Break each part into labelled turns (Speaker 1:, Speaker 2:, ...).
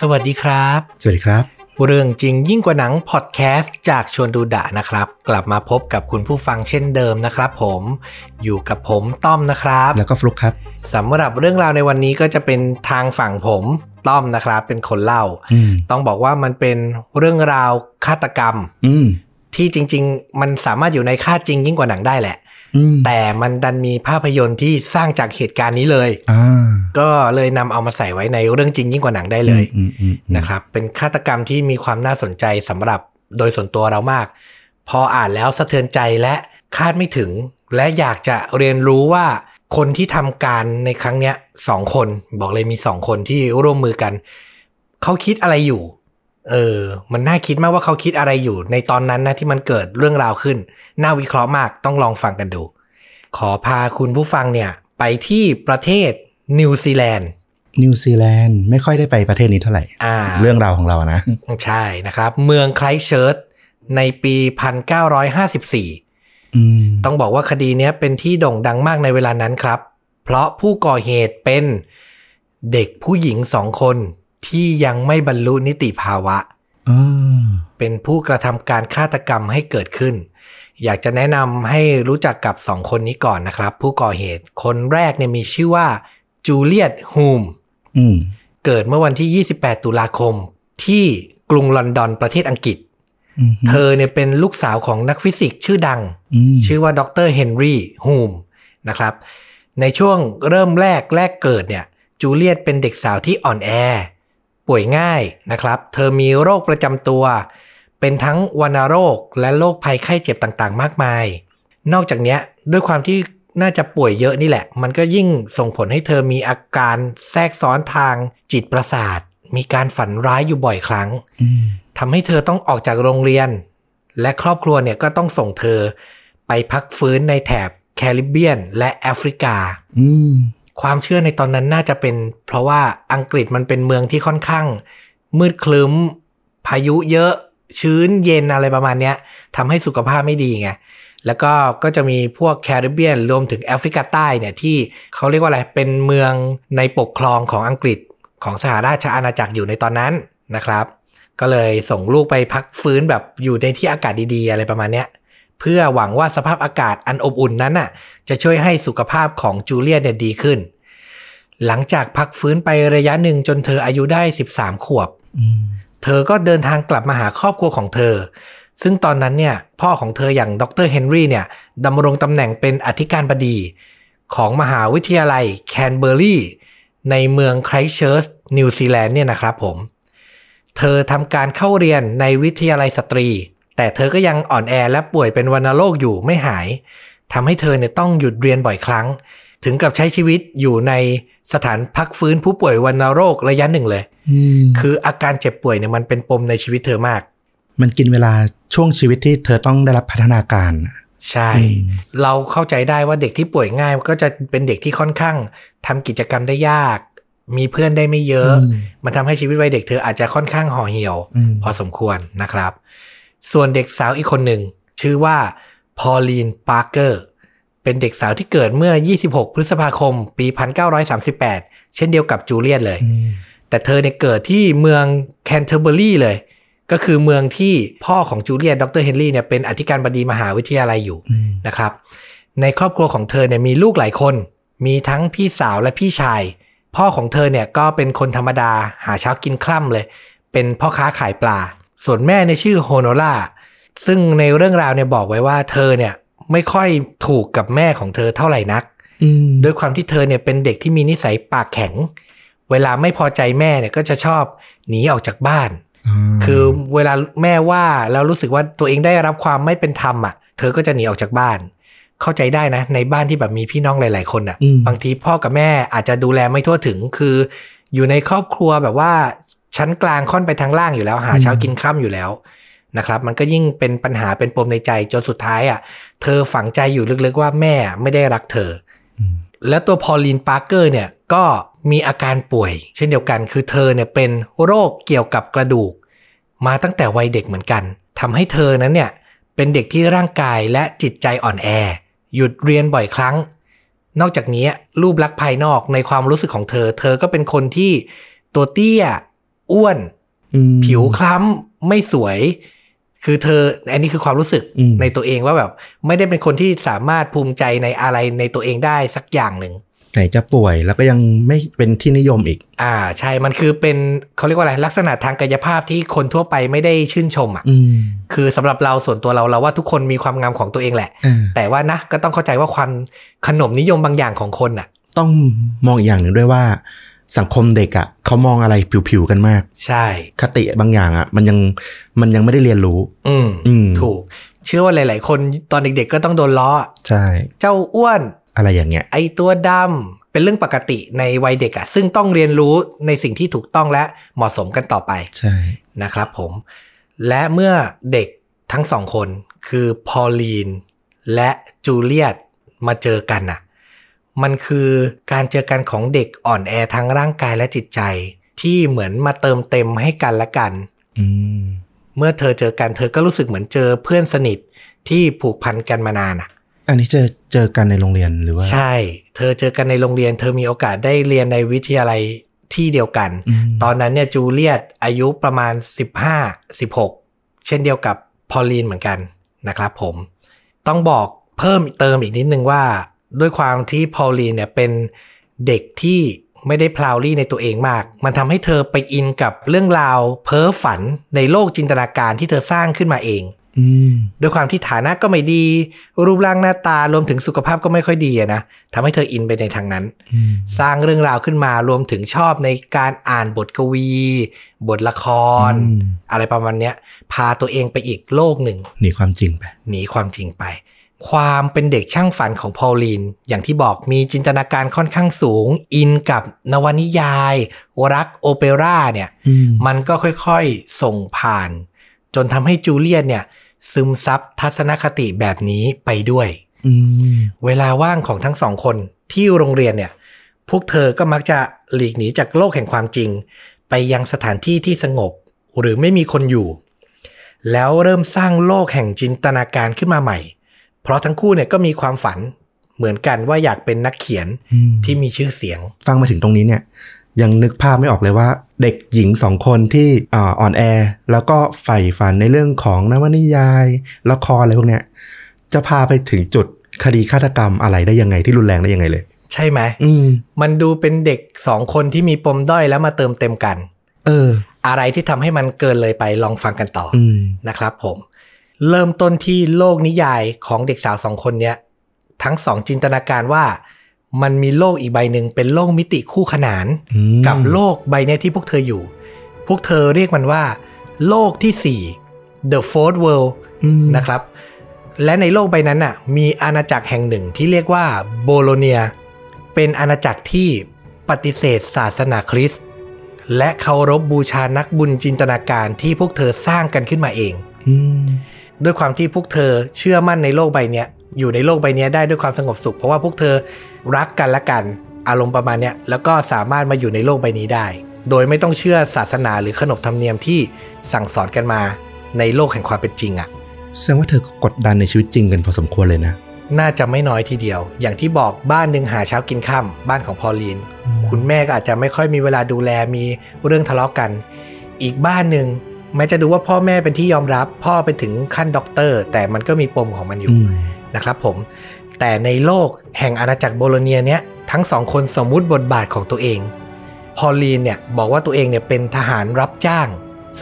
Speaker 1: สวัสดีครับ
Speaker 2: สวัสดีครับ
Speaker 1: เรื่องจริงยิ่งกว่าหนังพอดแคสต์จากชวนดูดะนะครับ กลับมาพบกับคุณผู้ฟังเช่นเดิมนะครับผม อยู่กับผมต้อมนะครับ
Speaker 2: แล้วก็ฟลุกครับ
Speaker 1: สำหรับเรื่องราวในวันนี้ก็จะเป็นทางฝั่งผมต้อมนะครับ เป็นคนเล่า
Speaker 2: อืม
Speaker 1: ต้องบอกว่ามันเป็นเรื่องราวฆาตกรรม
Speaker 2: อืม
Speaker 1: ที่จริง ๆ มันสามารถอยู่ในค่าจริงยิ่งกว่าหนังได้แหละ
Speaker 2: อืม
Speaker 1: แต่มันดันมีภาพยนตร์ที่สร้างจากเหตุการณ์นี้เลย
Speaker 2: อ่า
Speaker 1: ก็เลยนำเอามาใส่ไว้ในเรื่องจริงยิ่งกว่าหนังได้เลย
Speaker 2: อืมอืมอืม
Speaker 1: นะครับ เป็นฆาตกรรมที่มีความน่าสนใจสำหรับโดยส่วนตัวเรามาก พออ่านแล้วสะเทือนใจและคาดไม่ถึง และอยากจะเรียนรู้ว่าคนที่ทำการในครั้งเนี้ยสองคนบอกเลยมีสองคนที่ร่วมมือกัน เขาคิดอะไรอยู่ เออ มันน่าคิดมากว่าเขาคิดอะไรอยู่ ในตอนนั้นนะที่มันเกิดเรื่องราวขึ้น น่าวิเคราะห์มากต้องลองฟังกันดู ขอพาคุณผู้ฟังเนี่ย ไปที่ประเทศนิวซีแลนด์
Speaker 2: นิวซีแลนด์ไม่ค่อยได้ไปประเทศนี้เท่าไหร่
Speaker 1: อ่า
Speaker 2: เรื่องราวของเรานะ
Speaker 1: ใช่นะครับ เมืองไคลเชิร์ตในปี 1954
Speaker 2: อืม
Speaker 1: ต้องบอกว่าคดีเนี้ยเป็นที่โด่งดังมากในเวลานั้นครับ เพราะผู้ก่อเหตุเป็นเด็กผู้หญิงสองคนที่ยังไม่บรรลุนิติภาวะ
Speaker 2: อ่า
Speaker 1: เป็นผู้กระทำการฆาตกรรมให้เกิดขึ้น อยากจะแนะนำให้รู้จักกับสองคนนี้ก่อนนะครับ ผู้ก่อเหตุคนแรกเนี่ยมีชื่อว่าจูเลียตฮูม
Speaker 2: อืม
Speaker 1: เกิดเมื่อวันที่ 28 ตุลาคมที่กรุงลอนดอนประเทศอังกฤษ
Speaker 2: อืม
Speaker 1: เธอเนี่ยเป็นลูกสาวของนักฟิสิกส์ชื่อดัง
Speaker 2: อืม
Speaker 1: ชื่อว่าดรเฮนรี่ฮูมนะครับ ในช่วงเริ่มแรกแรกเกิดเนี่ยจูเลียตเป็นเด็กสาวที่อ่อนแอ ป่วยง่ายนะครับ เธอมีโรคประจำตัว เป็นทั้งวัณโรคและโรคภัยไข้เจ็บต่างๆ มากมาย นอกจากเนี้ยด้วยความที่น่าจะป่วยเยอะนี่แหละ มันก็ยิ่งส่งผลให้เธอมีอาการแทรกซ้อนทางจิตประสาท มีการฝันร้ายอยู่บ่อยครั้ง
Speaker 2: อืม
Speaker 1: ทำให้เธอต้องออกจากโรงเรียน และครอบครัวเนี่ยก็ต้องส่งเธอไปพักฟื้นในแถบแคริบเบียนและแอฟริกา
Speaker 2: อืม
Speaker 1: ความเชื่อในตอนนั้นน่าจะเป็น เพราะว่าอังกฤษมันเป็นเมืองที่ค่อนข้าง มืดคลึ้ม พายุเยอะชื้นเย็นอะไรประมาณเนี้ยทำให้สุขภาพไม่ดีไง แล้วก็ก็จะมีพวกแคริบเบียนรวมถึงแอฟริกาใต้เนี่ยที่เขาเรียกว่าอะไร เป็นเมืองในปกครองของอังกฤษของสหราชอาณาจักรอยู่ในตอนนั้นนะครับ ก็เลยส่งลูกไปพักฟื้นแบบอยู่ในที่อากาศดีๆ อะไรประมาณเนี้ยเพื่อหวังว่าสภาพอากาศอันอบอุ่นนั้นน่ะจะช่วยให้สุขภาพของจูเลียนเนี่ยดีขึ้น หลังจากพักฟื้นไประยะหนึ่งจนเธออายุได้ 13 ขวบ
Speaker 2: อืม
Speaker 1: เธอก็เดินทางกลับมาหาครอบครัวของเธอ ซึ่งตอนนั้นเนี่ยพ่อของเธออย่างดรเฮนรี่เนี่ยดำรงตำแหน่งเป็นอธิการบดี ของมหาวิทยาลัยแคนเบอร์รีในเมืองไครสต์เชิร์ชนิวซีแลนด์เนี่ยนะครับผม เธอทำการเข้าเรียนในวิทยาลัยสตรี แต่เธอก็ยังอ่อนแอและป่วยเป็นวัณโรคอยู่ไม่หายทำให้เธอเนี่ยต้องหยุดเรียนบ่อยครั้ง ถึงกับใช้ชีวิตอยู่ในสถานพักฟื้นผู้ป่วยวัณโรคระยะหนึ่งเลย
Speaker 2: อืม
Speaker 1: คืออาการเจ็บป่วยเนี่ยมันเป็นปมในชีวิตเธอมาก
Speaker 2: มันกินเวลาช่วงชีวิตที่เธอต้องได้รับพัฒนาการน่ะ
Speaker 1: ใช่ เราเข้าใจได้ว่าเด็กที่ป่วยง่ายก็จะเป็นเด็กที่ค่อนข้างทำกิจกรรมได้ยาก มีเพื่อนได้ไม่เยอะ
Speaker 2: ม
Speaker 1: มันทำให้ชีวิตวัยเด็กเธออาจจะค่อนข้างห่อเหี่ยว
Speaker 2: อืม
Speaker 1: พอสมควรนะครับ ส่วนเด็กสาวอีกคนหนึ่ง ชื่อว่าพอลีนปาร์เกอร์เป็นเด็กสาวที่เกิดเมื่อ 26 พฤษภาคม ปี 1938 เช่นเดียวกับจูเลียนเลย
Speaker 2: อืม
Speaker 1: แต่เธอเนี่ยเกิดที่เมืองแคนเทอร์เบอรีเลย ก็คือเมืองที่พ่อของจูเลียนดรเฮนรี่เนี่ยเป็นอธิการบดีมหาวิทยาลัยอยู่
Speaker 2: อืม
Speaker 1: นะครับ ในครอบครัวของเธอเนี่ยมีลูกหลายคน มีทั้งพี่สาวและพี่ชาย พ่อของเธอเนี่ยก็เป็นคนธรรมดาหาเช้ากินคล่ำเลย เป็นพ่อค้าขายปลา ส่วนแม่ในยชื่อโฮโนล่าซึ่งในเรื่องราวเนี่ยบอกไว้ว่าเธอเนี่ยไม่ค่อยถูกกับแม่ของเธอเท่าไหร่นัก
Speaker 2: อืม
Speaker 1: ด้วยความที่เธอเนี่ยเป็นเด็กที่มีนิสัยปากแข็ง เวลาไม่พอใจแม่เนี่ยก็จะชอบหนีออกจากบ้าน
Speaker 2: า
Speaker 1: คือเวลาแม่ว่าแล้วรู้สึกว่าตัวเองได้รับความไม่เป็นธรรมอ่ะ เธอก็จะหนีออกจากบ้าน เข้าใจได้นะ ในบ้านที่แบบมีพี่น้องหลาย ๆ คนอ่ะ
Speaker 2: ม
Speaker 1: บางทีพ่อกับแม่อาจจะดูแลไม่ทั่วถึง คือ อยู่ในครอบครัวแบบว่าชั้นกลางค่อนไปทางล่างอยู่แล้วหาเช้ากินข้ามอยู่แล้วนะครับ มันก็ยิ่งเป็นปัญหาเป็นปมในใจจนสุดท้ายอ่ะ เธอฝังใจอยู่ลึกๆว่าแม่ไม่ได้รักเธอ
Speaker 2: อืม
Speaker 1: และตัวพอลลีนปาร์เกอร์เนี่ยก็มีอาการป่วย เช่นเดียวกันคือเธอเนี่ยเป็นโรคเกี่ยวกับกระดูก มาตั้งแต่วัยเด็กเหมือนกันทำให้เธอนั้นเนี่ยเป็นเด็กที่ร่างกายและจิตใจอ่อนแอ หยุดเรียนบ่อยครั้ง นอกจากนี้รูปลักษณ์ภายนอกในความรู้สึกของเธอ เธอก็เป็นคนที่ตัวเตี้ย อ้วน
Speaker 2: อืม
Speaker 1: ผิวคล้ำไม่สวย คือเธออันนี้คือความรู้สึก
Speaker 2: อืม
Speaker 1: ในตัวเองว่าแบบ ไม่ได้เป็นคนที่สามารถภูมิใจในอะไรในตัวเองได้สักอย่างหนึ่ง
Speaker 2: ไหนจะป่วยแล้วก็ยังไม่เป็นที่นิยมอีก
Speaker 1: อ่าใช่ มันคือเป็นเขาเรียกว่าอะไร ลักษณะทางกายภาพที่คนทั่วไปไม่ได้ชื่นชมอ่ะ
Speaker 2: อืม
Speaker 1: คือสำหรับเราส่วนตัวเราเราว่าทุกคนมีความงามของตัวเองแหละ
Speaker 2: อ่า
Speaker 1: แต่ว่านะก็ต้องเข้าใจว่าความขนมนิยมบางอย่างของคนอ่ะ
Speaker 2: ต้องมองอีกอย่างหนึ่งด้วยว่า สังคมเด็กอะ่ะเขามองอะไรผิวๆกันมาก
Speaker 1: ใช่
Speaker 2: คติบางอย่างอะ่ะ มันยังมันยังไม่ได้เรียนรู้
Speaker 1: อืม
Speaker 2: อืม
Speaker 1: ถูก เชื่อว่าหลาย ๆ คนตอนเด็ก ๆ ก็ต้องโดนล้ออะ
Speaker 2: ใช่
Speaker 1: เจ้าอ้วน
Speaker 2: อะไรอย่างเงี้ย
Speaker 1: ไอตัวดำเป็นเรื่องปกติในวัยเด็กอะซึ่งต้องเรียนรู้ในสิ่งที่ถูกต้องและเหมาะสมกันต่อไป
Speaker 2: ใช่
Speaker 1: นะครับผม และเมื่อเด็กทั้งสองคนคือพอลลีนและจูเลียตมาเจอกันน่ะ มันคือการเจอกันของเด็กอ่อนแอทั้งร่างกายและจิตใจ ที่เหมือนมาเติมเต็มให้กันและกัน
Speaker 2: อืม
Speaker 1: เมื่อเธอเจอกันเธอก็รู้สึกเหมือนเจอเพื่อนสนิทที่ผูกพันกันมานานอ่ะ
Speaker 2: อันนี้เจอเจอกันในโรงเรียนหรือว่า
Speaker 1: ใช่ เธอเจอกันในโรงเรียน เธอมีโอกาสได้เรียนในวิทยาลัยที่เดียวกัน
Speaker 2: อืม
Speaker 1: ตอนนั้นเนี่ยจูเลียตอายุประมาณ 15 16 เช่นเดียวกับพอลลีนเหมือนกันนะครับผม ต้องบอกเพิ่มเติมอีกนิดนึงว่า ด้วยความที่พอลลีนเนี่ยเป็นเด็กที่ไม่ได้พลาวลี่ในตัวเองมาก มันทำให้เธอไปอินกับเรื่องราวเพ้อฝันในโลกจินตนาการที่เธอสร้างขึ้นมาเอง
Speaker 2: อืม
Speaker 1: ด้วยความที่ฐานะก็ไม่ดี รูปร่างหน้าตารวมถึงสุขภาพก็ไม่ค่อยดีอะนะทำให้เธออินไปในทางนั้น
Speaker 2: อืม
Speaker 1: สร้างเรื่องราวขึ้นมารวมถึงชอบในการอ่านบทกวี บทละคร
Speaker 2: อืม
Speaker 1: อะไรประมาณเนี้ย พาตัวเองไปอีกโลกหนึ่ง
Speaker 2: หนีความจริงไป
Speaker 1: หนีความจริงไป ความเป็นเด็กช่างฝันของพอลลีน อย่างที่บอกมีจินตนาการค่อนข้างสูง อินกับนวนิยาย รักโอเปร่าเนี่ย
Speaker 2: อืม
Speaker 1: มันก็ค่อยๆ ส่งผ่าน จนทำให้จูเลียนเนี่ย ซึมซับทัศนคติแบบนี้ไปด้วย
Speaker 2: อืม
Speaker 1: เวลาว่างของทั้งสองคนที่โรงเรียนเนี่ย พวกเธอก็มักจะหลีกหนีจากโลกแห่งความจริง ไปยังสถานที่ที่สงบ หรือไม่มีคนอยู่ แล้วเริ่มสร้างโลกแห่งจินตนาการขึ้นมาใหม่ เพราะทั้งคู่เนี่ยก็มีความฝันเหมือนกันว่าอยากเป็นนักเขียน
Speaker 2: อืม
Speaker 1: ที่มีชื่อเสียง
Speaker 2: ฟังมาถึงตรงนี้เนี่ย ยังนึกภาพไม่ออกเลยว่า เด็กหญิงสองคนที่อ่าอ่อนแอ แล้วก็ใฝ่ฝันในเรื่องของนวนิยาย ละครอะไรพวกเนี้ยจะพาไปถึงจุดคดีฆาตกรรมอะไรได้ยังไงที่รุนแรงได้ยังไงเลย
Speaker 1: ใช่ไหม
Speaker 2: อืม
Speaker 1: มันดูเป็นเด็กสองคนที่มีปมด้อยแล้วมาเติมเต็มกัน
Speaker 2: เออ
Speaker 1: อะไรที่ทำให้มันเกินเลยไปลองฟังกันต่ออ
Speaker 2: อืม
Speaker 1: นะครับผมเริ่มต้นที่โลกนิยายของเด็กสาวสองคนเนี้ยทั้งสองจินตนาการว่า มันมีโลกอีกใบหนึ่งเป็นโลกมิติคู่ขนาน
Speaker 2: อืม
Speaker 1: กับโลกใบเนี้ยที่พวกเธออยู่ พวกเธอเรียกมันว่า โลกที่ 4 The Fourth World
Speaker 2: อืม
Speaker 1: นะครับ และในโลกใบนั้นน่ะมีอาณาจักรแห่งหนึ่งที่เรียกว่าโบโลเนีย เป็นอาณาจักรที่ปฏิเสธศาสนาคริสต์และเคารพบบูชานักบุญจินตนาการที่พวกเธอสร้างกันขึ้นมาเอง
Speaker 2: อืม
Speaker 1: ด้วยความที่พวกเธอเชื่อมั่นในโลกใบเนี้ยอยู่ในโลกใบเนี้ยได้ด้วยความสงบสุข เพราะว่าพวกเธอรักกันและกัน อารมณ์ประมาณเนี้ยแล้วก็สามารถมาอยู่ในโลกใบนี้ได้ โดยไม่ต้องเชื่อศาสนาหรือขนบธรรมเนียมที่สั่งสอนกันมาในโลกแห่งความเป็นจริงอะ่ะ
Speaker 2: แสดงว่าเธอก็กดดันในชีวิตจริงกันพอสมควรเลยนะ
Speaker 1: น่าจะไม่น้อยทีเดียว อย่างที่บอกบ้านหนึ่งหาเช้ากินค่ำบ้านของพอลลีน คุณแม่ก็อาจจะไม่ค่อยมีเวลาดูแลมีเรื่องทะเลาะกัน อีกบ้านหนึ่งแม้จะดูว่าพ่อแม่เป็นที่ยอมรับ พ่อเป็นถึงขั้นด็อกเตอร์ แต่มันก็มีปมของมันอยู่
Speaker 2: อืม
Speaker 1: นะครับผม แต่ในโลกแห่งอาณาจักรโบโลเนียเนี้ยทั้งสองคนสมมุติบทบาทของตัวเอง พอลลีนเนี่ยบอกว่าตัวเองเนี่ยเป็นทหารรับจ้าง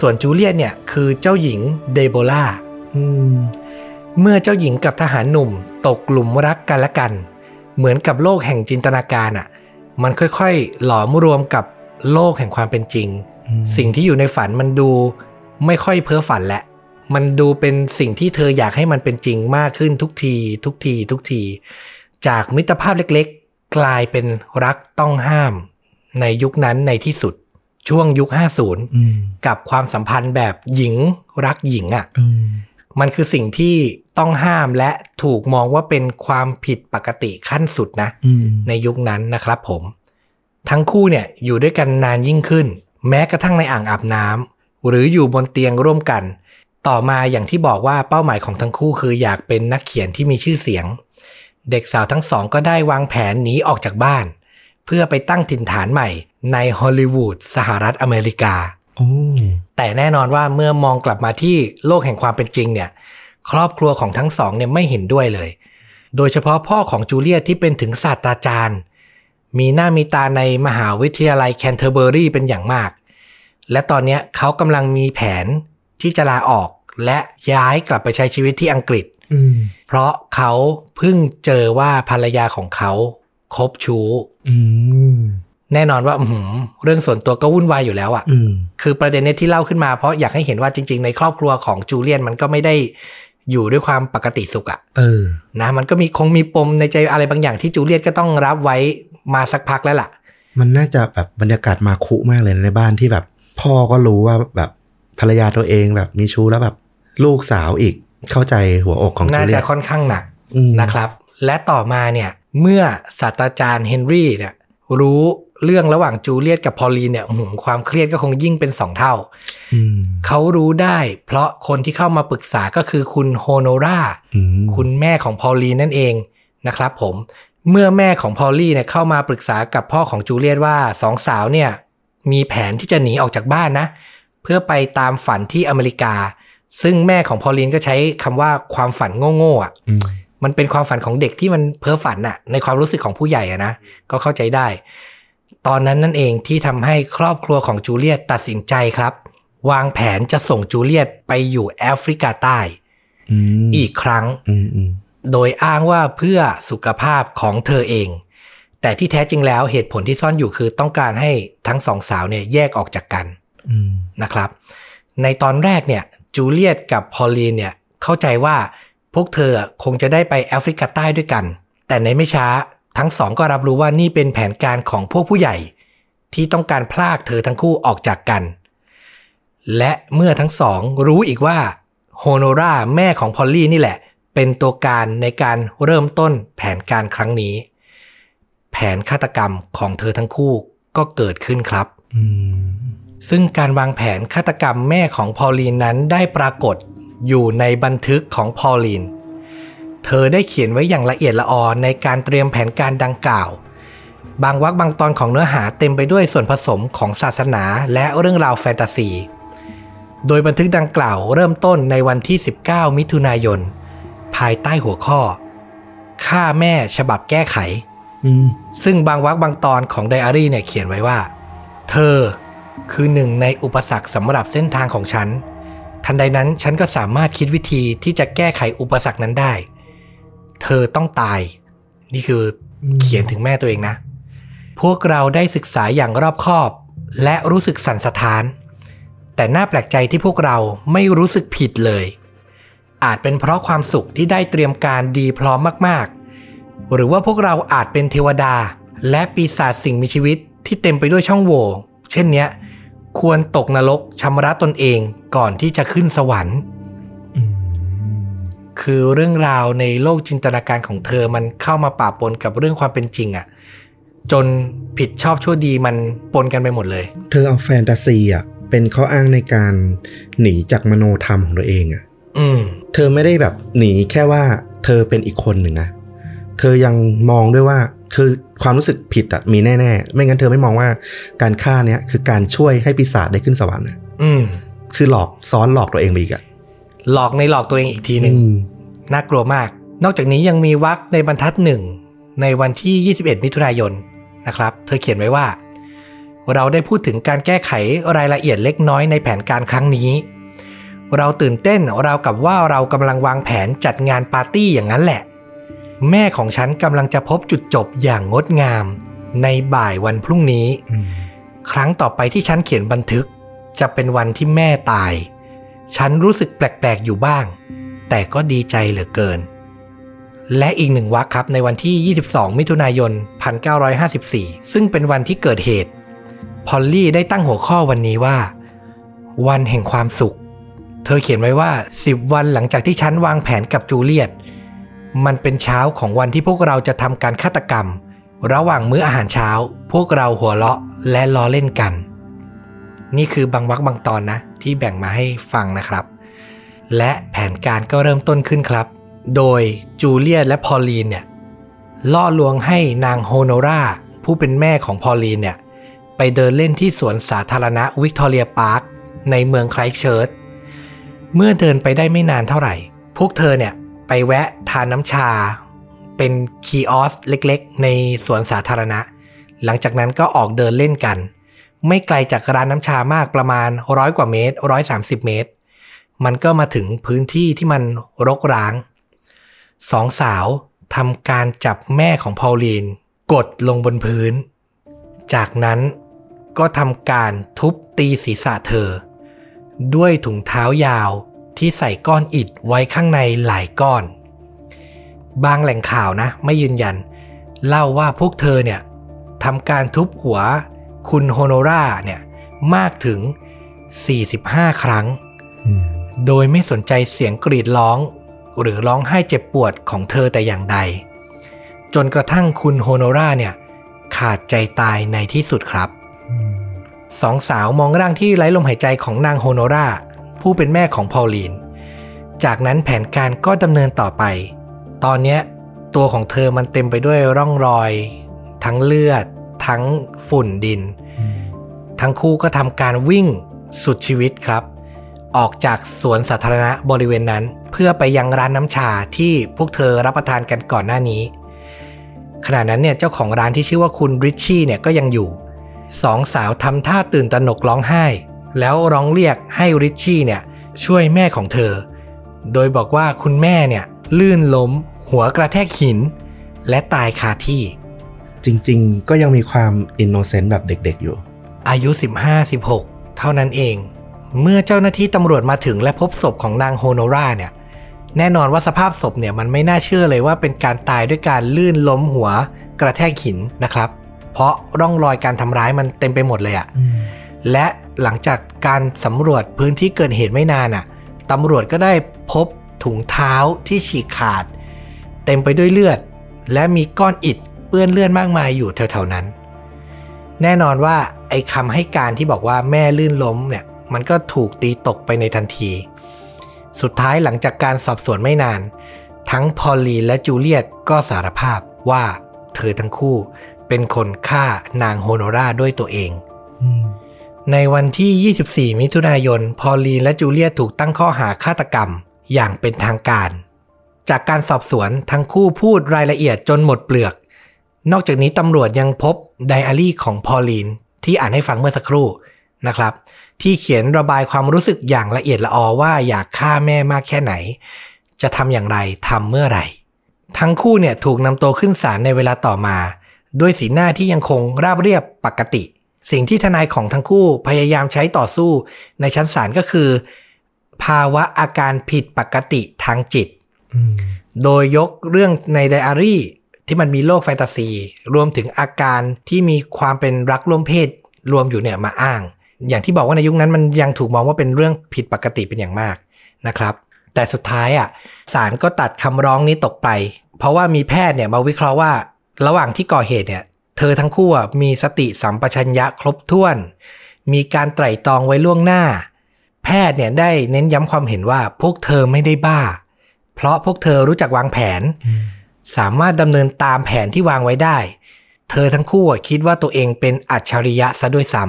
Speaker 1: ส่วนจูเลียนเนี่ยคือเจ้าหญิงเดโบล่า
Speaker 2: อืม
Speaker 1: เมื่อเจ้าหญิงกับทหารหนุ่มตกหลุมรักกันและกัน เหมือนกับโลกแห่งจินตนาการอ่ะ มันค่อยๆ หลอมรวมกับโลกแห่งความเป็นจริง
Speaker 2: อืม
Speaker 1: สิ่งที่อยู่ในฝันมันดูไม่ค่อยเพ้อฝันแหละ มันดูเป็นสิ่งที่เธออยากให้มันเป็นจริงมากขึ้นทุกที ทุกที ทุกที จากมิตรภาพเล็กๆ กลายเป็นรักต้องห้าม ในยุคนั้นในที่สุด ช่วงยุค 50
Speaker 2: อืม
Speaker 1: กับความสัมพันธ์แบบหญิงรักหญิงอ่ะ
Speaker 2: อืม
Speaker 1: มันคือสิ่งที่ต้องห้ามและถูกมองว่าเป็นความผิดปกติขั้นสุดนะ
Speaker 2: อืม
Speaker 1: ในยุคนั้นนะครับผม ทั้งคู่เนี่ยอยู่ด้วยกันนานยิ่งขึ้น แม้กระทั่งในอ่างอาบน้ำหรืออยู่บนเตียงร่วมกัน ต่อมาอย่างที่บอกว่าเป้าหมายของทั้งคู่คืออยากเป็นนักเขียนที่มีชื่อเสียง เด็กสาวทั้งสองก็ได้วางแผนหนีออกจากบ้าน เพื่อไปตั้งถิ่นฐานใหม่ในฮอลลีวูดสหรัฐอเมริกา
Speaker 2: โอ้
Speaker 1: แต่แน่นอนว่าเมื่อมองกลับมาที่โลกแห่งความเป็นจริงเนี่ย ครอบครัวของทั้งสองเนี่ยไม่เห็นด้วยเลย โดยเฉพาะพ่อของจูเลียตที่เป็นถึงศาสตราจารย์ มีหน้ามีตาในมหาวิทยาลัยแคนเทอร์เบอรีเป็นอย่างมาก และตอนเนี้ยเขากำลังมีแผนที่จะลาออกและย้ายกลับไปใช้ชีวิตที่อังกฤษ
Speaker 2: อืม
Speaker 1: เพราะเขาเพิ่งเจอว่าภรรยาของเขาคบชู้
Speaker 2: อืม
Speaker 1: แน่นอนว่าอื้อหือเรื่องส่วนตัวก็วุ่นวายอยู่แล้วอะ
Speaker 2: อืม
Speaker 1: คือประเด็นเนี้ยที่เล่าขึ้นมาเพราะอยากให้เห็นว่าจริง ๆ ในครอบครัวของจูเลียนมันก็ไม่ได้อยู่ด้วยความปกติสุขอะ
Speaker 2: เออ
Speaker 1: นะมันก็มีคงมีปมในใจอะไรบางอย่างที่จูเลียนก็ต้องรับไว้มาสักพักแล้วล่ะ
Speaker 2: มันน่าจะแบบบรรยากาศมาคุมากเลยนะในบ้านที่แบบ พ่อก็รู้ว่าแบบภรรยาตัวเองแบบมีชู้แล้วแบบ ลูกสาวอีกเข้าใจหัวอกของ
Speaker 1: น่า
Speaker 2: จูเลี
Speaker 1: จะ
Speaker 2: ย
Speaker 1: ค่อนข้างหนัก
Speaker 2: อืม
Speaker 1: นะครับ และต่อมาเนี่ยเมื่อศาสตราจารย์เฮนรี่เนี่ยรู้เรื่องระหว่างจูเลียนกับพอลลีนเนี่ยอื้อหือความเครียดก็คงยิ่งเป็นสองเท่า
Speaker 2: อืม
Speaker 1: เขารู้ได้เพราะคนที่เข้ามาปรึกษาก็คือคุณโฮโนรา
Speaker 2: อืม
Speaker 1: คุณแม่ของพอลลีนนั่นเองนะครับผม เมื่อแม่ของพอลลีเนี่ยเข้ามาปรึกษากับพ่อของจูเลียตว่าสองสาวเนี่ยมีแผนที่จะหนีออกจากบ้านนะ เพื่อไปตามฝันที่อเมริกา ซึ่งแม่ของพอลลีนก็ใช้คำว่าความฝันโง่ๆอ่ะ
Speaker 2: อืม
Speaker 1: มันเป็นความฝันของเด็กที่มันเพ้อฝันอ่ะในความรู้สึกของผู้ใหญ่อะนะก็เข้าใจได้ ตอนนั้นนั่นเองที่ทำให้ครอบครัวของจูเลียตตัดสินใจครับ วางแผนจะส่งจูเลียตไปอยู่แอฟริกาใต้
Speaker 2: อืม
Speaker 1: อีกครั้ง
Speaker 2: อืมอืม
Speaker 1: โดยอ้างว่าเพื่อสุขภาพของเธอเอง แต่ที่แท้จริงแล้วเหตุผลที่ซ่อนอยู่คือต้องการให้ทั้งสองสาวเนี่ยแยกออกจากกัน
Speaker 2: อืม
Speaker 1: นะครับ ในตอนแรกเนี่ยจูเลียตกับพอลลีนเนี่ยเข้าใจว่าพวกเธอคงจะได้ไปแอฟริกาใต้ด้วยกัน แต่ในไม่ช้าทั้งสองก็รับรู้ว่านี่เป็นแผนการของพวกผู้ใหญ่ ที่ต้องการพลากเธอทั้งคู่ออกจากกัน และเมื่อทั้งสองรู้อีกว่าโฮโนราแม่ของพอลลี่นี่แหละ เป็นตัวการในการเริ่มต้นแผนการครั้งนี้ แผนฆาตกรรมของเธอทั้งคู่ก็เกิดขึ้นครับ
Speaker 2: อืม
Speaker 1: ซึ่งการวางแผนฆาตกรรมแม่ของพอลลีนนั้นได้ปรากฏอยู่ในบันทึกของพอลลีน เธอได้เขียนไว้อย่างละเอียดละออในการเตรียมแผนการดังกล่าว บางวรรคบางตอนของเนื้อหาเต็มไปด้วยส่วนผสมของศาสนาและเรื่องราวแฟนตาซี โดยบันทึกดังกล่าวเริ่มต้นในวันที่ 19 มิถุนายน ภายใต้หัวข้อฆ่าแม่ฉบับแก้ไข
Speaker 2: อืม
Speaker 1: ซึ่งบางวรรคบางตอนของไดอารี่เนี่ยเขียนไว้ว่า เธอคือหนึ่งในอุปสรรคสำหรับเส้นทางของฉัน ทันใดนั้นฉันก็สามารถคิดวิธีที่จะแก้ไขอุปสรรคนั้นได้ เธอต้องตาย นี่คือเขียนถึงแม่ตัวเองนะ พวกเราได้ศึกษาอย่างรอบคอบ และรู้สึกสั่นสะท้าน แต่น่าแปลกใจที่พวกเราไม่รู้สึกผิดเลย อาจเป็นเพราะความสุขที่ได้เตรียมการดีพร้อมมาก ๆ หรือว่าพวกเราอาจเป็นเทวดา และปีศาจสิ่งมีชีวิตที่เต็มไปด้วยช่องโหว่เช่นเนี้ย ควรตกนรกชำระตนเองก่อนที่จะขึ้นสวรรค์
Speaker 2: อืม
Speaker 1: คือเรื่องราวในโลกจินตนาการของเธอมันเข้ามาปะปนกับเรื่องความเป็นจริงอะ่ะ จนผิดชอบชั่วดีมันปนกันไปหมดเลย
Speaker 2: เธอเอาแฟนตาซีอ่ะเป็นข้ออ้างในการหนีจากมโนธรรมของตัวเองอ่ะ
Speaker 1: อืม
Speaker 2: เธอไม่ได้แบบหนีแค่ว่าเธอเป็นอีกคนหนึ่งนะ เธอยังมองด้วยว่าคือความรู้สึกผิดอะมีแน่ๆ ไม่งั้นเธอไม่มองว่าการฆ่าเนี้ยคือการช่วยให้ปีศาจได้ขึ้นสวรรค์อะ
Speaker 1: อืม
Speaker 2: คือหลอกซ้อนหลอกตัวเองไปอีกอะ
Speaker 1: หลอกในหลอกตัวเองอีกทีหนึ่ง
Speaker 2: อืม
Speaker 1: น่ากลัวมาก นอกจากนี้ยังมีวรรคในบรรทัดหนึ่งในวันที่ 21 มิถุนายนนะครับ เธอเขียนไว้ว่า เราได้พูดถึงการแก้ไขรายละเอียดเล็กน้อยในแผนการครั้งนี้ เราตื่นเต้นราวกับว่าเรากำลังวางแผนจัดงานปาร์ตี้อย่างนั้นแหละ แม่ของฉันกำลังจะพบจุดจบอย่างงดงาม ในบ่ายวันพรุ่งนี้ ครั้งต่อไปที่ฉันเขียนบันทึก จะเป็นวันที่แม่ตาย ฉันรู้สึกแปลก ๆ อยู่บ้าง แต่ก็ดีใจเหลือเกิน และอีกหนึ่งวรรคครับในวันที่ 22 มิถุนายน 1954 ซึ่งเป็นวันที่เกิดเหตุ พอลลี่ได้ตั้งหัวข้อวันนี้ว่า วันแห่งความสุข เธอเขียนไว้ว่า 10 วันหลังจากที่ฉันวางแผนกับจูเลียต มันเป็นเช้าของวันที่พวกเราจะทำการฆาตกรรม ระหว่างมื้ออาหารเช้า พวกเราหัวเราะและล้อเล่นกัน นี่คือบางวักบางตอนนะ ที่แบ่งมาให้ฟังนะครับ และแผนการก็เริ่มต้นขึ้นครับ โดยจูเลียตและพอลลีนเนี่ยล่อลวงให้นางโฮโนราผู้เป็นแม่ของพอลลีนเนี่ยไป ไปเดินเล่นที่สวนสาธารณะวิกตอเรียพาร์คในเมืองไครสต์เชิร์ชเมื่อเดินไปได้ไม่นานเท่าไหร่ พวกเธอเนี่ยไปแวะทานน้ำชา เป็นคีออสเล็กๆ ในสวนสาธารณะ หลังจากนั้นก็ออกเดินเล่นกัน ไม่ไกลจากร้านน้ำชามากประมาณร้อยกว่าเมตรร้อยสามสิบเมตร มันก็มาถึงพื้นที่ที่มันรกร้าง สองสาวทำการจับแม่ของพอลลีน กดลงบนพื้น จากนั้นก็ทำการทุบตีศีรษะเธอ ด้วยถุงเท้ายาวที่ใส่ก้อนอิฐไว้ข้างในหลายก้อน บางแหล่งข่าวนะ ไม่ยืนยัน เล่าว่าพวกเธอเนี่ยทำการทุบหัวคุณโฮโนราเนี่ยมากถึง 45 ครั้ง
Speaker 2: อืม
Speaker 1: โดยไม่สนใจเสียงกรีดร้อง หรือร้องไห้เจ็บปวดของเธอแต่อย่างใด จนกระทั่งคุณโฮโนราเนี่ย ขาดใจตายในที่สุดครับ สองสาวมองร่างที่ไร้ลมหายใจของนางโฮโนราผู้เป็นแม่ของพอลลีน จากนั้นแผนการก็ดำเนินต่อไป ตอนเนี้ยตัวของเธอมันเต็มไปด้วยร่องรอย ทั้งเลือด ทั้งฝุ่นดิน ทั้งคู่ก็ทำการวิ่งสุดชีวิตครับ ออกจากสวนสาธารณะบริเวณนั้น เพื่อไปยังร้านน้ำชาที่พวกเธอรับประทานกันก่อนหน้านี้ ขณะนั้นเนี่ยเจ้าของร้านที่ชื่อว่าคุณริชชี่เนี่ยก็ยังอยู่สองสาวทำท่าตื่นตระหนกร้องไห้ แล้วร้องเรียกให้ริชชี่เนี่ยช่วยแม่ของเธอ โดยบอกว่าคุณแม่เนี่ยลื่นล้ม หัวกระแทกหิน และตายคาที่
Speaker 2: จริง ๆ ก็ยังมีความอินโนเซนต์แบบเด็ก ๆ อยู่
Speaker 1: อายุ 15-16 เท่านั้นเอง เมื่อเจ้าหน้าที่ตำรวจมาถึงและพบศพของนางโฮโนราเนี่ย แน่นอนว่าสภาพศพเนี่ยมันไม่น่าเชื่อเลยว่าเป็นการตายด้วยการลื่นล้มหัวกระแทกหินนะครับ เพราะร่องรอยการทำร้ายมันเต็มไปหมดเลยอะ และหลังจากการสำรวจพื้นที่เกิดเหตุไม่นานอ่ะตำรวจก็ได้พบถุงเท้าที่ฉีกขาด เต็มไปด้วยเลือด และมีก้อนอิฐเปื้อนเลือดมากมายอยู่แถวๆนั้น แน่นอนว่าไอ้คำให้การที่บอกว่าแม่ลื่นล้มเนี่ยมันก็ถูกตีตกไปในทันที สุดท้ายหลังจากการสอบสวนไม่นาน ทั้งพอลลีและจูเลียตก็สารภาพว่าเธอทั้งคู่เป็นคนฆ่านางโฮโนราด้วยตัวเอง ในวันที่ 24 มิถุนายน พอลลีนและจูเลียถูกตั้งข้อหาฆาตกรรมอย่างเป็นทางการ จากการสอบสวนทั้งคู่พูดรายละเอียดจนหมดเปลือก นอกจากนี้ตำรวจยังพบไดอารี่ของพอลลีนที่อ่านให้ฟังเมื่อสักครู่นะครับ ที่เขียนระบายความรู้สึกอย่างละเอียดละออว่าอยากฆ่าแม่มากแค่ไหน จะทำอย่างไรทำเมื่อไหร่ ทั้งคู่เนี่ยถูกนำตัวขึ้นศาลในเวลาต่อมา ด้วยสีหน้าที่ยังคงราบเรียบปกติ สิ่งที่ทนายของทั้งคู่พยายามใช้ต่อสู้ในชั้นศาลก็คือ ภาวะอาการผิดปกติทางจิต โดยยกเรื่องในไดอารี่ที่มันมีโลกแฟนตาซี รวมถึงอาการที่มีความเป็นรักร่วมเพศรวมอยู่เนี่ยมาอ้าง อย่างที่บอกว่าในยุคนั้นมันยังถูกมองว่าเป็นเรื่องผิดปกติเป็นอย่างมากนะครับ แต่สุดท้ายอ่ะศาลก็ตัดคำร้องนี้ตกไป เพราะว่ามีแพทย์เนี่ยมาวิเคราะห์ว่า ระหว่างที่ก่อเหตุเนี่ยเธอทั้งคู่อ่ะมีสติสัมปชัญญะครบถ้วน มีการไตร่ตรองไว้ล่วงหน้า แพทย์เนี่ยได้เน้นย้ำความเห็นว่าพวกเธอไม่ได้บ้า เพราะพวกเธอรู้จักวางแผน สามารถดำเนินตามแผนที่วางไว้ได้ เธอทั้งคู่อะคิดว่าตัวเองเป็นอัจฉริยะซะด้วยซ้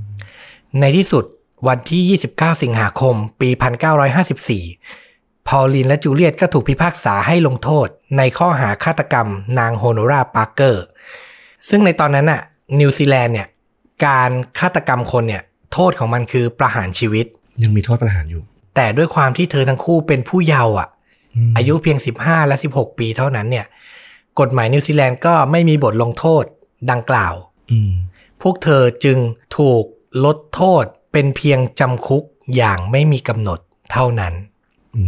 Speaker 1: ำ ในที่สุดวันที่ 29 สิงหาคม ปี 1954 พอลลีนและจูเลียตก็ถูกพิพากษาให้ลงโทษ ในข้อหาฆาตกรรมนางโฮโนราปาร์เกอร์ ซึ่งในตอนนั้นน่ะนิวซีแลนด์เนี่ยการฆาตกรรมคนเนี่ยโทษของมันคือประหารชีวิต
Speaker 2: ยังมีโทษประหารอยู่
Speaker 1: แต่ด้วยความที่เธอทั้งคู่เป็นผู้เยาว์อ่ะ
Speaker 2: ม
Speaker 1: อายุเพียง 15 และ 16 ปีเท่านั้นเนี่ย กฎหมายนิวซีแลนด์ก็ไม่มีบทลงโทษดังกล่าว
Speaker 2: อืม
Speaker 1: พวกเธอจึงถูกลดโทษเป็นเพียงจำคุกอย่างไม่มีกำหนดเท่านั้น
Speaker 2: อื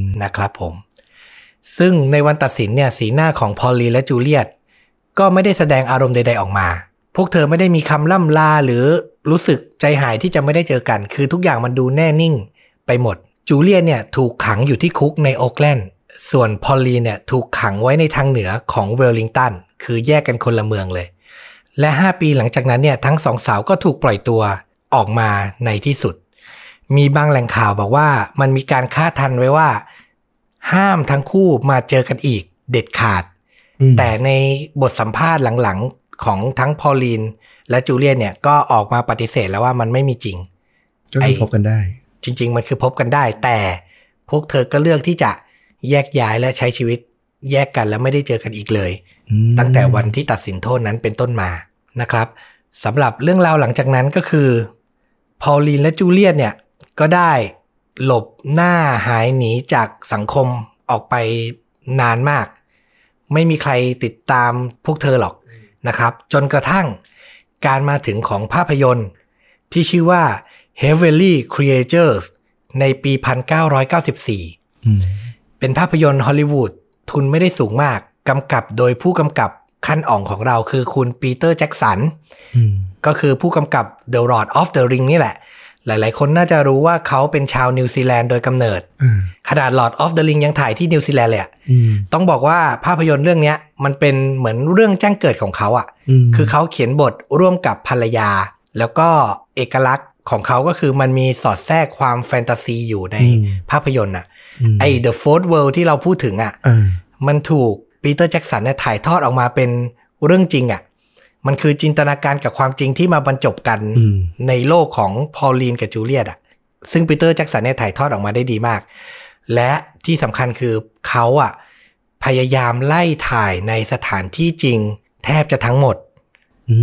Speaker 2: ม
Speaker 1: นะครับผม ซึ่งในวันตัดสินเนี่ยสีหน้าของพอลลีและจูเลียตก็ไม่ได้แสดงอารมณ์ใด ๆออกมา พวกเธอไม่ได้มีคำล่ำลาหรือรู้สึกใจหายที่จะไม่ได้เจอกัน คือทุกอย่างมันดูแน่นิ่ง ไปหมด จูเลียนเนี่ยถูกขังอยู่ที่คุกในโอ๊กแลนด์ ส่วนพอลลีนเนี่ยถูกขังไว้ในทางเหนือของเวลลิงตัน คือแยกกันคนละเมืองเลย และ 5 ปีหลังจากนั้นเนี่ยทั้งสองสาวก็ถูกปล่อยตัวออกมาในที่สุด มีบางแหล่งข่าวบอกว่ามันมีการคาดทันไว้ว่า ห้ามทั้งคู่มาเจอกันอีกเด็ดขาด
Speaker 2: อืม
Speaker 1: แต่ในบทสัมภาษณ์หลังๆ ของทั้งพอลีนและจูเลียนเนี่ยก็ออกมาปฏิเสธแล้วว่ามันไม่มีจริง
Speaker 2: ก็คือพบกันได้
Speaker 1: จริง ๆ มันคือพบกันได้ แต่พวกเธอก็เลือกที่จะแยกย้ายและใช้ชีวิตแยกกันและไม่ได้เจอกันอีกเลย
Speaker 2: อืม
Speaker 1: ตั้งแต่วันที่ตัดสินโทษนั้นเป็นต้นมานะครับสำหรับเรื่องราวหลังจากนั้นก็คือพอลลีนและจูเลียตเนี่ยก็ได้หลบหน้าหายหนีจากสังคมออกไปนานมาก ไม่มีใครติดตามพวกเธอหรอกนะครับ จนกระทั่งการมาถึงของภาพยนตร์ ที่ชื่อว่า Heavenly Creatures ในปี 1994
Speaker 2: อืม
Speaker 1: เป็นภาพยนตร์ฮอลลีวูดทุนไม่ได้สูงมาก กำกับโดยผู้กำกับขั้นอ่องของเราคือคุณปีเตอร์แจ็กสัน
Speaker 2: อืม
Speaker 1: ก็คือผู้กำกับ The Lord of the Ring นี่แหละ หลายๆ คนน่าจะรู้ว่าเขาเป็นชาวนิวซีแลนด์โดยกำเนิด
Speaker 2: อ่า
Speaker 1: ขนาด Lord of the Ring ยังถ่ายที่นิวซีแลนด์เลยอะ
Speaker 2: อืม
Speaker 1: ต้องบอกว่าภาพยนตร์เรื่องเนี้ยมันเป็นเหมือนเรื่องแจ้งเกิดของเขาอะ
Speaker 2: ม
Speaker 1: คือเขาเขียนบทร่วมกับภรรยา แล้วก็เอกลักษณ์ของเขาก็คือมันมีสอดแทรกความแฟนตาซีอยู่ในภาพยนตร์อะ
Speaker 2: ม
Speaker 1: ไอ้ The Fourth World ที่เราพูดถึงอะ่ะ
Speaker 2: อ่า
Speaker 1: มันถูกปีเตอร์แจ็กสันเนี่ยถ่ายทอดออกมาเป็นเรื่องจริงอะ่ะ มันคือจินตนาการกับความจริงที่มาบรรจบกัน
Speaker 2: อืม
Speaker 1: ในโลกของพอลลีนกับจูเลียตอ่ะ ซึ่งปีเตอร์แจ็กสันเนี่ยถ่ายทอดออกมาได้ดีมาก และที่สำคัญคือเขาอะ่ะ พยายามไล่ถ่ายในสถานที่จริง แทบจะทั้งหมด
Speaker 2: อื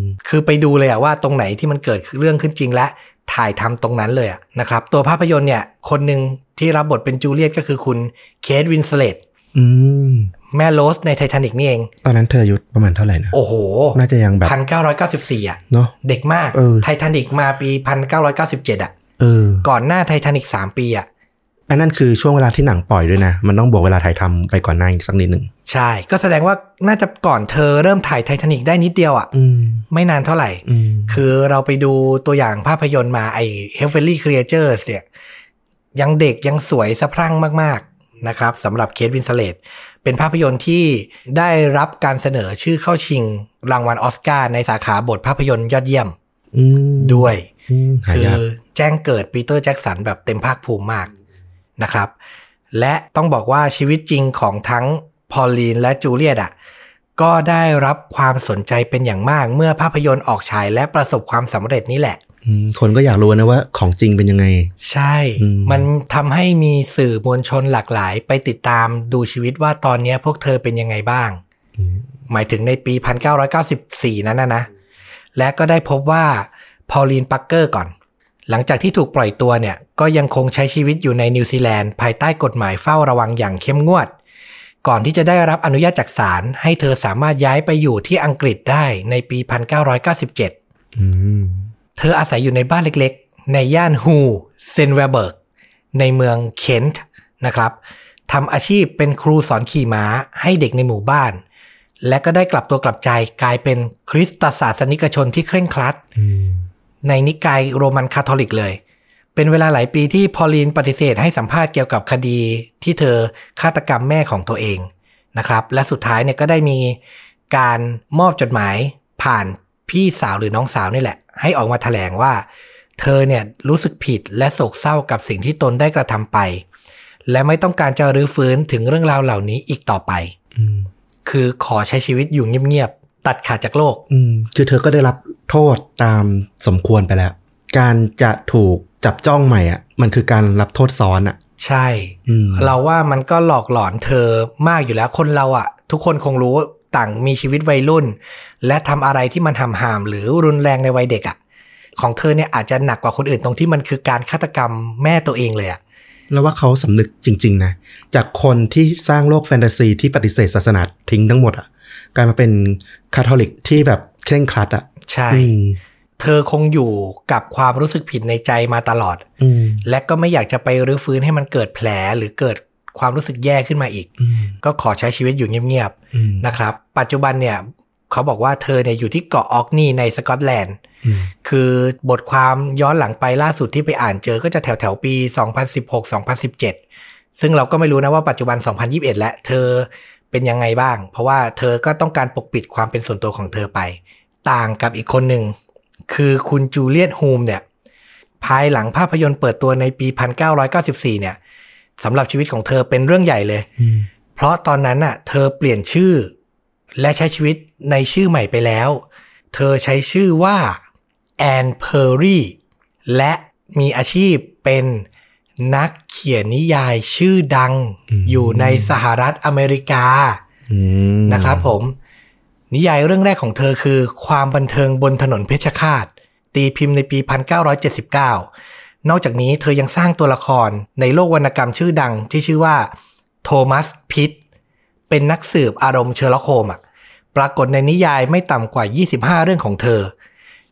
Speaker 2: ม
Speaker 1: คือไปดูเลยอะว่าตรงไหนที่มันเกิดเรื่องขึ้นจริงและถ่ายทำตรงนั้นเลยอะนะครับ ตัวภาพยนตร์เนี่ยคนหนึ่งที่รับบทเป็นจูเลียตก็คือคุณเคทวินสเลต
Speaker 2: อืม
Speaker 1: แม่โรสในไททานิกนี่เอง
Speaker 2: ตอนนั้นเธออายุประมาณเท่าไหร่นะ
Speaker 1: โอ้โห
Speaker 2: น่าจะยังแบบ
Speaker 1: พันเก้าร้อยเก้าสิบสี่อะ
Speaker 2: เนาะ
Speaker 1: เด็กมาก
Speaker 2: เออ
Speaker 1: ไททานิกมาปีพันเก้าร้อยเก้าสิบเจ็ดอะ
Speaker 2: เออ
Speaker 1: ก่อนหน้าไททานิกสามปีอะ
Speaker 2: อันนั้นคือช่วงเวลาที่หนังปล่อยด้วยนะ มันต้องบวกเวลาถ่ายทำไปก่อนหน้าอีกสักนิดหนึ่ง
Speaker 1: ใช่ ก็แสดงว่าน่าจะก่อนเธอเริ่มถ่ายไททานิกได้นิดเดียวอะ
Speaker 2: อืม
Speaker 1: ไม่นานเท่าไหร่
Speaker 2: อืม
Speaker 1: คือเราไปดูตัวอย่างภาพยนตร์มาไอ้ Heavenly Creatures เนี่ยยังเด็กยังสวยสะพรั่งมาก ๆ นะครับสำหรับเคทวินสเลตเป็นภาพยนตร์ที่ได้รับการเสนอชื่อเข้าชิงรางวัลออสการ์ในสาขาบทภาพยนตร์ยอดเยี่ยม
Speaker 2: อืม
Speaker 1: ด้วย
Speaker 2: อืม
Speaker 1: คือย
Speaker 2: หาาก
Speaker 1: แจ้งเกิดปีเตอร์แจ็กสันแบบเต็มภาคภูมิมากนะครับ และต้องบอกว่าชีวิตจริงของทั้งพอลลีนและจูเลียตอ่ะก็ได้รับความสนใจเป็นอย่างมากเมื่อภาพยนตร์ออกฉายและประสบความสำเร็จนี่แหละ
Speaker 2: อืมคนก็อยากรู้นะว่าของจริงเป็นยังไง
Speaker 1: ใช่
Speaker 2: อืม
Speaker 1: มันทำให้มีสื่อมวลชนหลากหลาย ไปติดตามดูชีวิตว่าตอนเนี้ยพวกเธอเป็นยังไงบ้าง
Speaker 2: อืม
Speaker 1: หมายถึงในปี 1994 นั้นนะนะ และก็ได้พบว่าพอลีนปักเกอร์ก่อน หลังจากที่ถูกปล่อยตัวเนี่ย ก็ยังคงใช้ชีวิตอยู่ในนิวซีแลนด์ ภายใต้กฎหมายเฝ้าระวังอย่างเข้มงวด ก่อนที่จะได้รับอนุญาตจากศาลให้เธอสามารถย้ายไปอยู่ที่อังกฤษได้ในปี 1997
Speaker 2: อืม
Speaker 1: เธออาศัยอยู่ในบ้านเล็กๆ ในย่านฮูเซนเวเบิร์ก ในเมืองเคนต์นะครับทำอาชีพเป็นครูสอนขี่ม้าให้เด็กในหมู่บ้าน และก็ได้กลับตัวกลับใจกลายเป็นคริสตศาสนิกชนที่เคร่งครัด
Speaker 2: อืม
Speaker 1: ในนิกายโรมันคาทอลิกเลย เป็นเวลาหลายปีที่พอลีนปฏิเสธให้สัมภาษณ์เกี่ยวกับคดีที่เธอฆาตกรรมแม่ของตัวเองนะครับ และสุดท้ายเนี่ยก็ได้มีการมอบจดหมายผ่านพี่สาวหรือน้องสาวนี่แหละ ให้ออกมาแถลงว่า เธอเนี่ยรู้สึกผิดและโศกเศร้ากับสิ่งที่ตนได้กระทำไป และไม่ต้องการจะรื้อฟื้นถึงเรื่องราวเหล่านี้อีกต่อไป
Speaker 2: อืม
Speaker 1: คือขอใช้ชีวิตอยู่เงียบๆตัดขาดจากโลก
Speaker 2: อืมคือเธอก็ได้รับโทษตามสมควรไปแล้ว การจะถูกจับจ้องใหม่อ่ะ มันคือการรับโทษซ้อนอ่ะ
Speaker 1: ใช่
Speaker 2: อืม
Speaker 1: เราว่ามันก็หลอกหลอนเธอมากอยู่แล้วคนเราอะทุกคนคงรู้ต่างมีชีวิตวัยรุ่น และทำอะไรที่มันหำหามหรือรุนแรงในวัยเด็กอะของเธอเนี่ยอาจจะหนักกว่าคนอื่นตรงที่มันคือการฆาตกรรมแม่ตัวเองเลยอะ
Speaker 2: แล้วว่าเขาสำนึกจริง ๆ นะ จากคนที่สร้างโลกแฟนตาซีที่ปฏิเสธศาสนาทิ้งทั้งหมดอ่ะกลายมาเป็นคาทอลิกที่แบบเคร่งครัดอ่ะ
Speaker 1: ใช่
Speaker 2: อืม
Speaker 1: เธอคงอยู่กับความรู้สึกผิดในใจมาตลอด
Speaker 2: อืม
Speaker 1: และก็ไม่อยากจะไปรื้อฟื้นให้มันเกิดแผลหรือเกิดความรู้สึกแย่ขึ้นมาอีก
Speaker 2: อืม
Speaker 1: ก็ขอใช้ชีวิตอยู่เงียบๆ
Speaker 2: อืม
Speaker 1: นะครับปัจจุบันเนี่ยเขาบอกว่าเธอเนี่ยอยู่ที่เกาะออกนี่ในสกอตแลนด์
Speaker 2: อืม
Speaker 1: คือบทความย้อนหลังไปล่าสุดที่ไปอ่านเจอก็จะแถวแถวๆปี 2016-2017 ซึ่งเราก็ไม่รู้นะว่าปัจจุบัน 2021 และเธอเป็นยังไงบ้าง เพราะว่าเธอก็ต้องการปกปิดความเป็นส่วนตัวของเธอไป ต่างกับอีกคนหนึ่ง คือคุณจูเลียตฮูมเนี่ยภายหลังภาพยนตร์เปิดตัวในปี 1994 เนี่ยสำหรับชีวิตของเธอเป็นเรื่องใหญ่เลย
Speaker 2: อืม
Speaker 1: เพราะตอนนั้นน่ะเธอเปลี่ยนชื่อ และใช้ชีวิตในชื่อใหม่ไปแล้ว เธอใช้ชื่อว่าแอนเพอร์รี่และมีอาชีพเป็นนักเขียนนิยายชื่อดัง
Speaker 2: อืม
Speaker 1: อยู่ในสหรัฐอเมริกา
Speaker 2: อืม
Speaker 1: นะครับผม นิยายเรื่องแรกของเธอคือ ความบันเทิงบนถนนเพชรฆาต ตีพิมพ์ในปี 1979 นอกจากนี้เธอยังสร้างตัวละครในโลกวรรณกรรมชื่อดังที่ชื่อว่าโทมัสพิตเป็นนักสืบอารมณ์เชอร์ล็อกโฮมส์อะปรากฏในนิยายไม่ต่ำกว่า 25 เรื่องของเธอ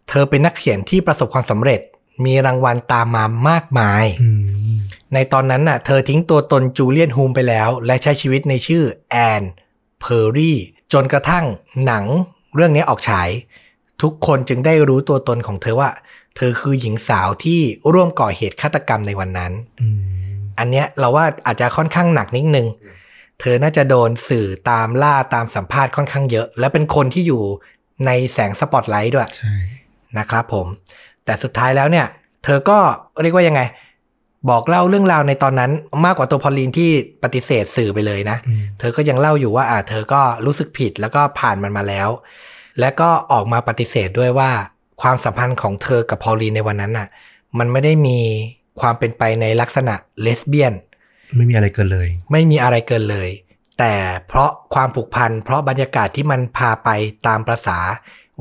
Speaker 1: เธอเป็นนักเขียนที่ประสบความสำเร็จ มีรางวัลตามมามากมาย
Speaker 2: อืม
Speaker 1: ในตอนนั้นน่ะเธอทิ้งตัวตนจูเลียนฮูมไปแล้ว และใช้ชีวิตในชื่อแอนเพอร์รี่จนกระทั่งหนังเรื่องนี้ออกฉาย ทุกคนจึงได้รู้ตัวตนของเธอว่า เธอคือหญิงสาวที่ร่วมก่อเหตุฆาตกรรมในวันนั้น
Speaker 2: อืม
Speaker 1: อันเนี้ยเราว่าอาจจะค่อนข้างหนักนิดนึง เธอน่าจะโดนสื่อตามล่าตามสัมภาษณ์ค่อนข้างเยอะ และเป็นคนที่อยู่ในแสงสปอตไลท์ด้วย
Speaker 2: ใช่
Speaker 1: นะครับผม แต่สุดท้ายแล้วเนี่ย เธอก็เรียกว่ายังไง บอกเล่าเรื่องราวในตอนนั้นมากกว่าตัวพอลลีนที่ปฏิเสธสื่อไปเลยนะ
Speaker 2: อืม
Speaker 1: เธอก็ยังเล่าอยู่ว่าอ่าเธอก็รู้สึกผิดแล้วก็ผ่านมันมาแล้ว และก็ออกมาปฏิเสธด้วยว่าความสัมพันธ์ของเธอกับพอลลีนในวันนั้นน่ะ มันไม่ได้มีความเป็นไปในลักษณะเลสเบี้ยน
Speaker 2: ไม่มีอะไรเกินเลย
Speaker 1: ไม่มีอะไรเกินเลย แต่เพราะความผูกพัน เพราะบรรยากาศที่มันพาไปตามประษา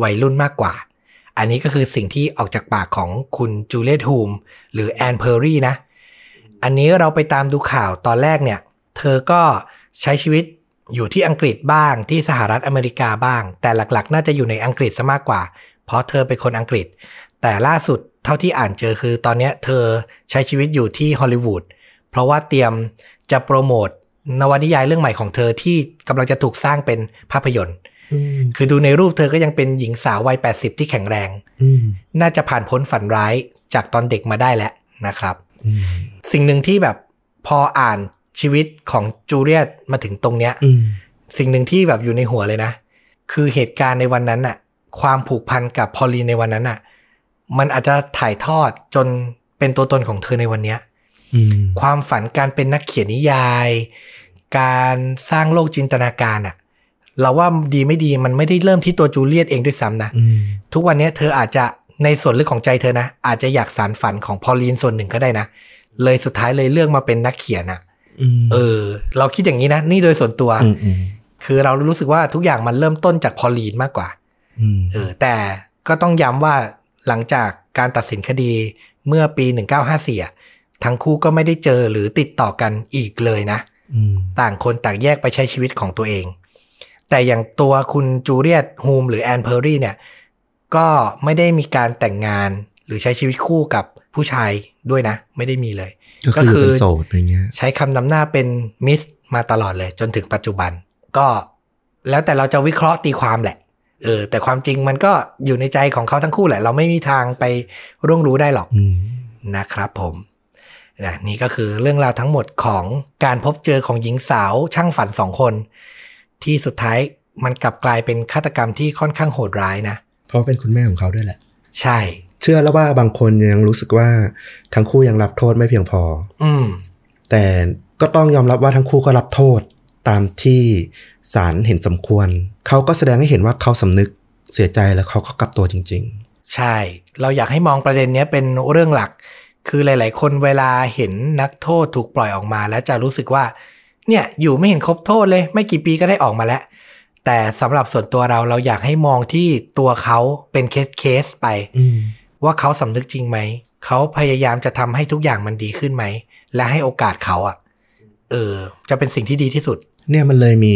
Speaker 1: วัยรุ่นมากกว่า อันนี้ก็คือสิ่งที่ออกจากปากของคุณจูเลียตฮูมหรือแอนเพอร์รี่นะ อันนี้เราไปตามดูข่าวตอนแรกเนี่ย เธอก็ใช้ชีวิตอยู่ที่อังกฤษบ้างที่สหรัฐอเมริกาบ้าง แต่หลักๆ น่าจะอยู่ในอังกฤษซะมากกว่า เพราะเธอเป็นคนอังกฤษ แต่ล่าสุดเท่าที่อ่านเจอคือตอนเนี้ยเธอใช้ชีวิตอยู่ที่ฮอลลีวูด เพราะว่าเตรียมจะโปรโมทนวนิยายเรื่องใหม่ของเธอที่กำลังจะถูกสร้างเป็นภาพยนตร์ คือดูในรูปเธอก็ยังเป็นหญิงสาววัย 80 ที่แข็งแรง
Speaker 2: อืม
Speaker 1: น่าจะผ่านพ้นฝันร้ายจากตอนเด็กมาได้แล้วนะครับ
Speaker 2: อืม
Speaker 1: สิ่งหนึ่งที่แบบพออ่านชีวิตของจูเลียตมาถึงตรงเนี้ย
Speaker 2: อืม
Speaker 1: สิ่งหนึ่งที่แบบอยู่ในหัวเลยนะ คือเหตุการณ์ในวันนั้นน่ะ ความผูกพันกับพอลลีนในวันนั้นน่ะ มันอาจจะถ่ายทอดจนเป็นตัวตนของเธอในวันเนี้ย
Speaker 2: อืม
Speaker 1: ความฝันการเป็นนักเขียนนิยาย การสร้างโลกจินตนาการอะเราว่าดีไม่ดีมันไม่ได้เริ่มที่ตัวจูเลียตเองด้วยซ้ำนะ
Speaker 2: อืม
Speaker 1: ทุกวันนี้เธออาจจะในส่วนลึกของใจเธอนะ อาจจะอยากสารฝันของพอลลีนส่วนหนึ่งก็ได้นะ เลยสุดท้ายเลยเลือกมาเป็นนักเขียนอะ
Speaker 2: อืม
Speaker 1: เออ เราคิดอย่างนี้นะ นี่โดยส่วนตัว
Speaker 2: มอืม
Speaker 1: คือเรารู้สึกว่าทุกอย่างมันเริ่มต้นจากพอลลีนมากกว่า
Speaker 2: อืม
Speaker 1: เออแต่ก็ต้องย้ำว่าหลังจากการตัดสินคดีเมื่อปี 1954อะทั้งคู่ก็ไม่ได้เจอหรือติดต่อกันอีกเลยนะ
Speaker 2: อืม
Speaker 1: ต่างคนต่างแยกไปใช้ชีวิตของตัวเอง แต่อย่างตัวคุณจูเลียตฮูมหรือแอนเพอร์รี่เนี่ย ก็ไม่ได้มีการแต่งงานหรือใช้ชีวิตคู่กับผู้ชายด้วยนะ ไม่ได้มีเลย
Speaker 2: ก็คือเป็นโสดอะไรเงี้ย
Speaker 1: ใช้คำนำหน้าเป็นมิสมาตลอดเลยจนถึงปัจจุบัน ก็แล้วแต่เราจะวิเคราะห์ตีความแหละเออแต่ความจริงมันก็อยู่ในใจของเขาทั้งคู่แหละ เราไม่มีทางไปร่วงรู้ได้หรอก
Speaker 2: อืม
Speaker 1: นะครับผมนะนี่ก็คือเรื่องราวทั้งหมดของการพบเจอของหญิงสาวช่างฝันสองคน ที่สุดท้ายมันกลับกลายเป็นฆาตกรรมที่ค่อนข้างโหดร้ายนะ
Speaker 2: เพราะเป็นคุณแม่ของเขาด้วยแหละ
Speaker 1: ใช่
Speaker 2: เชื่อแล้วว่าบางคนยังรู้สึกว่าทั้งคู่ยังรับโทษไม่เพียงพอ
Speaker 1: อืม
Speaker 2: แต่ก็ต้องยอมรับว่าทั้งคู่ก็รับโทษตามที่ศาลเห็นสมควร เขาก็แสดงให้เห็นว่าเขาสำนึกเสียใจแล้วเขาก็กลับตัวจริง
Speaker 1: ใช่ เราอยากให้มองประเด็นเนี้ยเป็นเรื่องหลัก คือหลาย ๆ คนเวลาเห็นนักโทษถูกปล่อยออกมา แล้วจะรู้สึกว่า เนี่ยอยู่ไม่เห็นครบโทษเลย ไม่กี่ปีก็ได้ออกมาแล้ว แต่สำหรับส่วนตัวเราเราอยากให้มองที่ตัวเขาเป็นเคสเคสๆไป
Speaker 2: ๆ อืม
Speaker 1: ว่าเขาสำนึกจริงไหม เขาพยายามจะทำให้ทุกอย่างมันดีขึ้นไหม และให้โอกาสเขาอะ่ะ เออ จะเป็นสิ่งที่ดีที่สุด
Speaker 2: เนี่ยมันเลยมี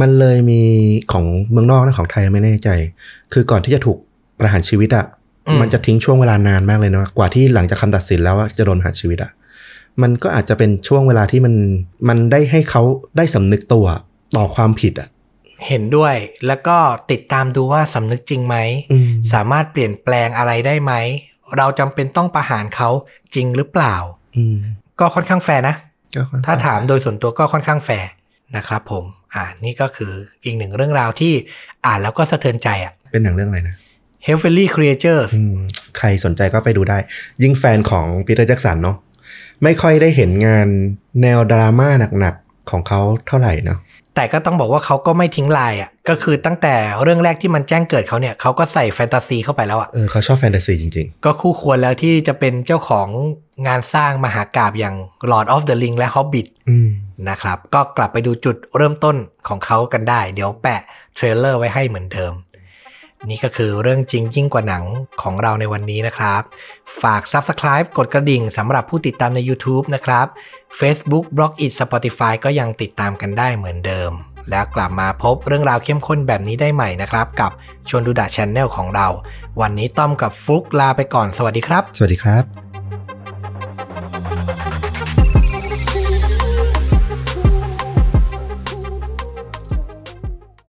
Speaker 2: มันเลยมีของเมืองนอกนะของไทยไม่แน่ใจ คือก่อนที่จะถูกประหารชีวิตอะ่ะ
Speaker 1: อืม
Speaker 2: มันจะทิ้งช่วงเวลานานมากเลยเนาะกว่าที่หลังจากคำตัดสินแล้วว่าจะโดนประหารชีวิตอะ่ะมันก็อาจจะเป็นช่วงเวลาที่มันมันได้ให้เขาได้สำนึกตัวต่อความผิดอ่ะ
Speaker 1: เห็นด้วย แล้วก็ติดตามดูว่าสำนึกจริงไหม
Speaker 2: อืม
Speaker 1: สามารถเปลี่ยนแปลงอะไรได้ไหม เราจำเป็นต้องประหารเขาจริงหรือเปล่า
Speaker 2: อืม
Speaker 1: ก็ค่อนข้างแฟร์นะ
Speaker 2: ก็ค่อนข้ง
Speaker 1: ถ้าถามโดยส่วนตัวก็ค่อนข้างแฟร์นะครับผม อ่า นี่ก็คืออีกหนึ่งเรื่องราวที่อ่านแล้วก็สะเทือนใจอะ
Speaker 2: เป็นหนังเรื่องอะไรนะ
Speaker 1: Heavenly Creatures
Speaker 2: อืมใครสนใจก็ไปดูได้ ยิ่งแฟนของปีเตอร์แจ็กสันเนาะไม่ค่อยได้เห็นงานแนวดราม่าหนักๆ ของเขาเท่าไหร่เนาะ
Speaker 1: แต่ก็ต้องบอกว่าเขาก็ไม่ทิ้งลายอ่ะก็คือตั้งแต่เรื่องแรกที่มันแจ้งเกิดเขาเนี่ยเขาก็ใส่แฟนตาซีเข้าไปแล้วอ่ะ
Speaker 2: เออเขาชอบแฟนตาซีจริง
Speaker 1: ก็คู่ควรแล้วที่จะเป็นเจ้าของงานสร้างมหากาบอย่าง Lord of the Ring และ Hobbit
Speaker 2: ๆ อืม
Speaker 1: นะครับ ก็กลับไปดูจุดเริ่มต้นของเขากันได้ เดี๋ยวแปะเทรลเลอร์ไว้ให้เหมือนเดิม นี่ก็คือเรื่องจริงยิ่งกว่าหนังของเราในวันนี้นะครับ ฝาก Subscribe กดกระดิ่งสำหรับผู้ติดตามใน YouTube นะครับ Facebook b l o g i t Spotify ก็ยังติดตามกันได้เหมือนเดิม แล้วกลับมาพบเรื่องราวเข้มข้นแบบนี้ได้ใหม่นะครับ กับชวนดูดะช n แนลของเรา วันนี้ต้อมกับฟลุกลาไปก่อนสวัสดีครับ
Speaker 2: สวัสดีครับ